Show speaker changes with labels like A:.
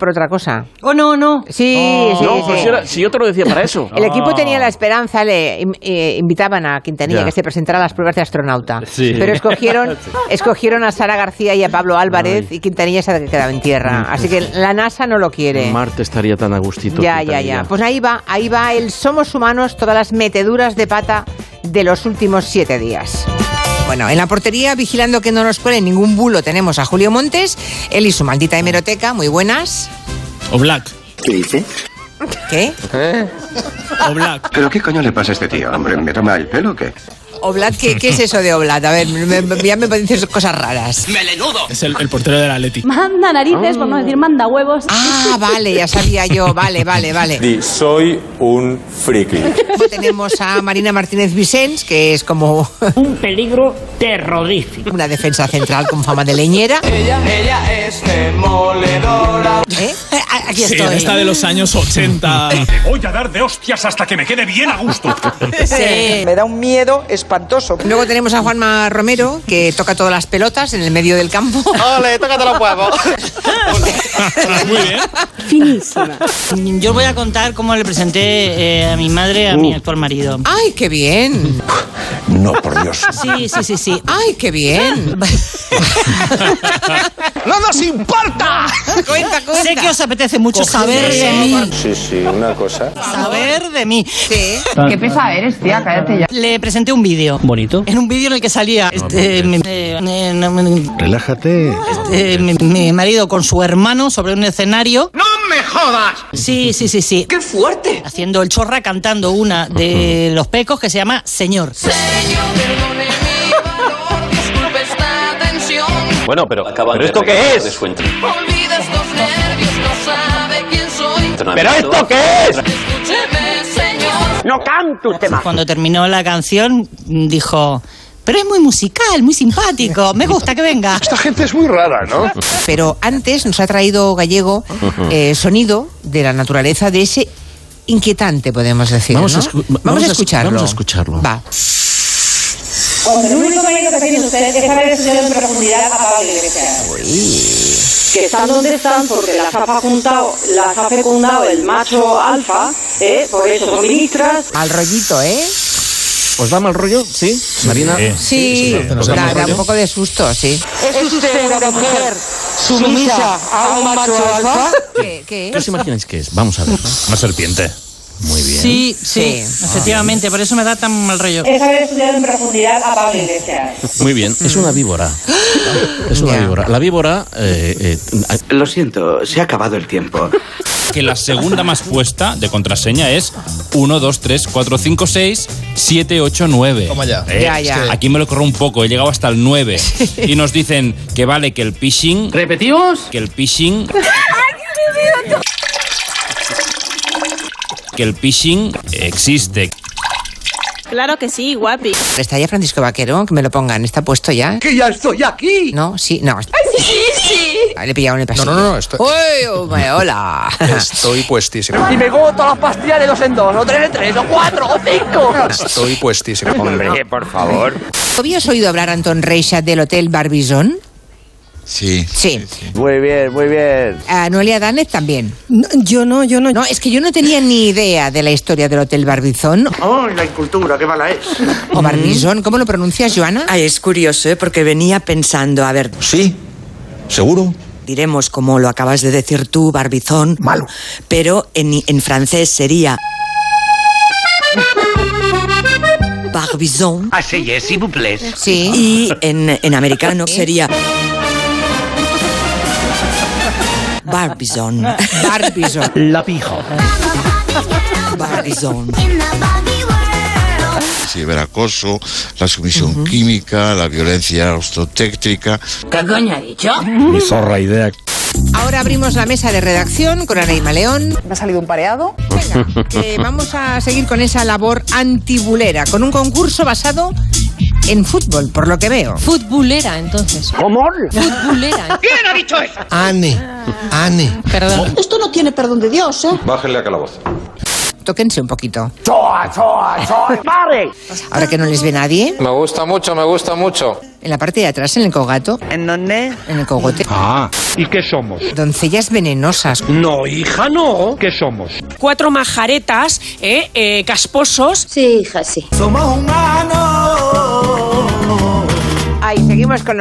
A: por otra cosa.
B: Oh, no, no.
A: Sí,
B: Oh.
A: sí,
C: no,
A: sí.
C: pero si, era- Ah. si yo te lo decía para eso.
A: El equipo tenía la esperanza, le im- eh, invitaban a Quintanilla
C: Ya.
A: que se presentara a las pruebas de astronauta.
D: Sí.
A: Pero escogieron, escogieron a Sara García y a Pablo Álvarez y Quintanilla se ha quedado en
C: Mm.
A: tierra. Así que la NASA no lo quiere.
C: Marte estaría tan a gustito.
A: Ya, ya,
C: Quintanilla.
A: ya. Pues ahí va, ahí va el Somos Humanos, todas las meteduras de pata de los últimos siete días.
B: Bueno, en la portería, vigilando que no nos cuele ningún bulo, tenemos a Julio Montes, él y su maldita hemeroteca, muy buenas.
D: O Black.
E: ¿Qué dice?
B: ¿Qué?
D: O Black.
E: ¿Pero qué coño le pasa a este tío, hombre? ¿Me toma el pelo o qué?
B: Oblad, ¿qué, qué es eso de Oblad? A ver, me- me- ya me dices cosas raras.
D: Es el, el portero del Atleti.
F: Manda narices, por no decir manda huevos.
B: Ah, vale, ya sabía yo, vale, vale, vale.
G: Di, soy un friki.
B: Luego tenemos a Marina Martínez Vicens, que es como
H: Un peligro terrorífico.
B: una defensa central con fama de leñera.
G: Ella, ella es demoledora.
B: ¿Eh? Ah, Aquí
D: Sí,
B: estoy.
D: esta de los años 80.
I: Voy a dar de hostias hasta que me quede bien a gusto.
B: Sí.
J: Eh. Me da un miedo espantoso.
B: Luego tenemos a Juanma Romero, que toca todas las pelotas en el medio del campo.
J: ¡Ole, tócate los huevos!
D: Muy bien.
F: Finísima.
H: Yo os voy a contar cómo le presenté eh, a mi madre a mi actual marido.
B: ¡Ay, qué bien!
G: No, por Dios.
H: Sí, sí, sí, sí.
B: ¡Ay, qué bien!
G: ¡No nos importa!
B: cuenta, cuenta.
H: Sé que os apetece mucho saber de mí.
G: Sí, sí, una cosa.
H: Saber de mí.
B: Sí.
J: Qué pesa eres, tía, cállate ya.
H: Le presenté un vídeo. Bonito. En un vídeo en el que salía este, mi, eh, eh, no, mi-
E: Relájate.
H: este, mi- mi marido con su hermano sobre un escenario. ¡No me jodas! Sí, sí, sí, sí.
J: ¡Qué fuerte!
H: Haciendo el chorra cantando una de los pecos que se llama Señor.
G: Bueno, pero, ¿pero esto qué es? ¿Pero esto qué es?
H: Cuando terminó la canción, dijo. Pero es muy musical, muy simpático. Me gusta que venga.
B: Pero antes nos ha traído Gallego eh, sonido de la naturaleza de ese inquietante, podemos decir.
C: Vamos a
B: ¿no?
C: escu-
B: vamos,
C: vamos a
B: a
C: escu-
B: escucharlo.
C: vamos a escucharlo.
B: Va.
F: El único mérito que tiene usted es haber estudiado en profundidad a Pablo Iglesias. Que están donde están porque las ha juntado, las ha fecundado el macho alfa, ¿eh? por eso son ministras,
B: Al rollito, ¿eh?
C: ¿Os da mal rollo? ¿Sí? Marina.
B: Sí,
C: nos da
B: da,
C: mal
B: da
C: rollo.
B: un poco de susto, sí.
J: ¿Es usted una mujer sumisa a un macho alfa?
B: ¿Qué, qué
C: ¿Qué os imagináis que es? Vamos a ver.
D: Una serpiente.
C: Muy bien.
H: Sí, sí,
B: Sí.
H: efectivamente, por eso me da tan mal rollo.
F: es haber estudiado en profundidad a Pablo Iglesias.
C: Muy bien. Es una víbora. Es una
B: Ya.
C: víbora. La víbora. eh, eh,
J: Lo siento, se ha acabado el tiempo.
D: Que la segunda más puesta de contraseña es 1, 2, 3, 4, 5, 6, 7, 8, 9. Toma ya.
B: Ya, ya.
D: Eh, Aquí me lo corro un poco. He llegado hasta el 9. Y nos dicen que vale que el phishing. ¿Repetimos? Que el phishing. Que el phishing existe.
F: Claro que sí, guapi.
B: Está ya Francisco Vaquero, que me lo pongan. ¿Está puesto ya?
G: ¡Que ya estoy aquí!
B: No, sí, no. Sí, sí. Le he pillado en el pasillo.
G: No, no, no, esto-
B: Uy, hombre, hola.
G: Estoy puestísimo.
J: Y me como todas las pastillas de dos en dos, o tres en tres, o cuatro, o cinco.
G: Estoy puestísimo. Hombre, por favor.
B: ¿Habías oído hablar, Anton Reixa, del Hotel Barbizon?
E: Sí.
B: Sí.
G: Muy bien, muy bien.
B: A Noelia Danet también.
H: yo no, yo
B: No, es que yo no tenía ni idea de la historia del Hotel Barbizon.
E: Oh, la incultura, qué mala es.
B: O Barbizon, ¿cómo lo pronuncias, Joana?
J: Mm. Ay, es curioso, ¿eh? porque venía pensando, a ver,
G: Sí, seguro.
J: diremos como lo acabas de decir tú, Barbizón. Malo. Pero en, en francés sería. Barbizon.
E: Así es, si vous plaît.
B: Sí.
J: Y en, en americano sería. Barbizon.
B: Barbizon.
H: La pija.
J: Barbizon.
E: Ciberacoso, la sumisión química, la violencia obstetrica.
G: Mi zorra idea.
B: Ahora abrimos la mesa de redacción con Ana Ima León.
J: Me ha salido un pareado.
B: Venga, que vamos a seguir con esa labor antibulera, con un concurso basado en fútbol, por lo que veo.
F: Futbolera, entonces. ¿Cómo? Futbolera.
D: Ane. Ane.
F: Perdón.
G: Bájenle a calabozo.
B: tóquense un poquito.
C: ¡Choa, choa, choa! ¡Pare!
B: Ahora que no les ve nadie,
K: Me gusta mucho, me gusta mucho.
B: en la parte de atrás, en el cogato. ¿En dónde? En el cogote.
K: Ah.
C: ¿Y qué somos?
B: Doncellas venenosas.
C: No, hija, no. ¿Qué somos?
G: Cuatro majaretas, ¿eh? Eh, casposos. Sí, hija, sí.
B: Ay, seguimos con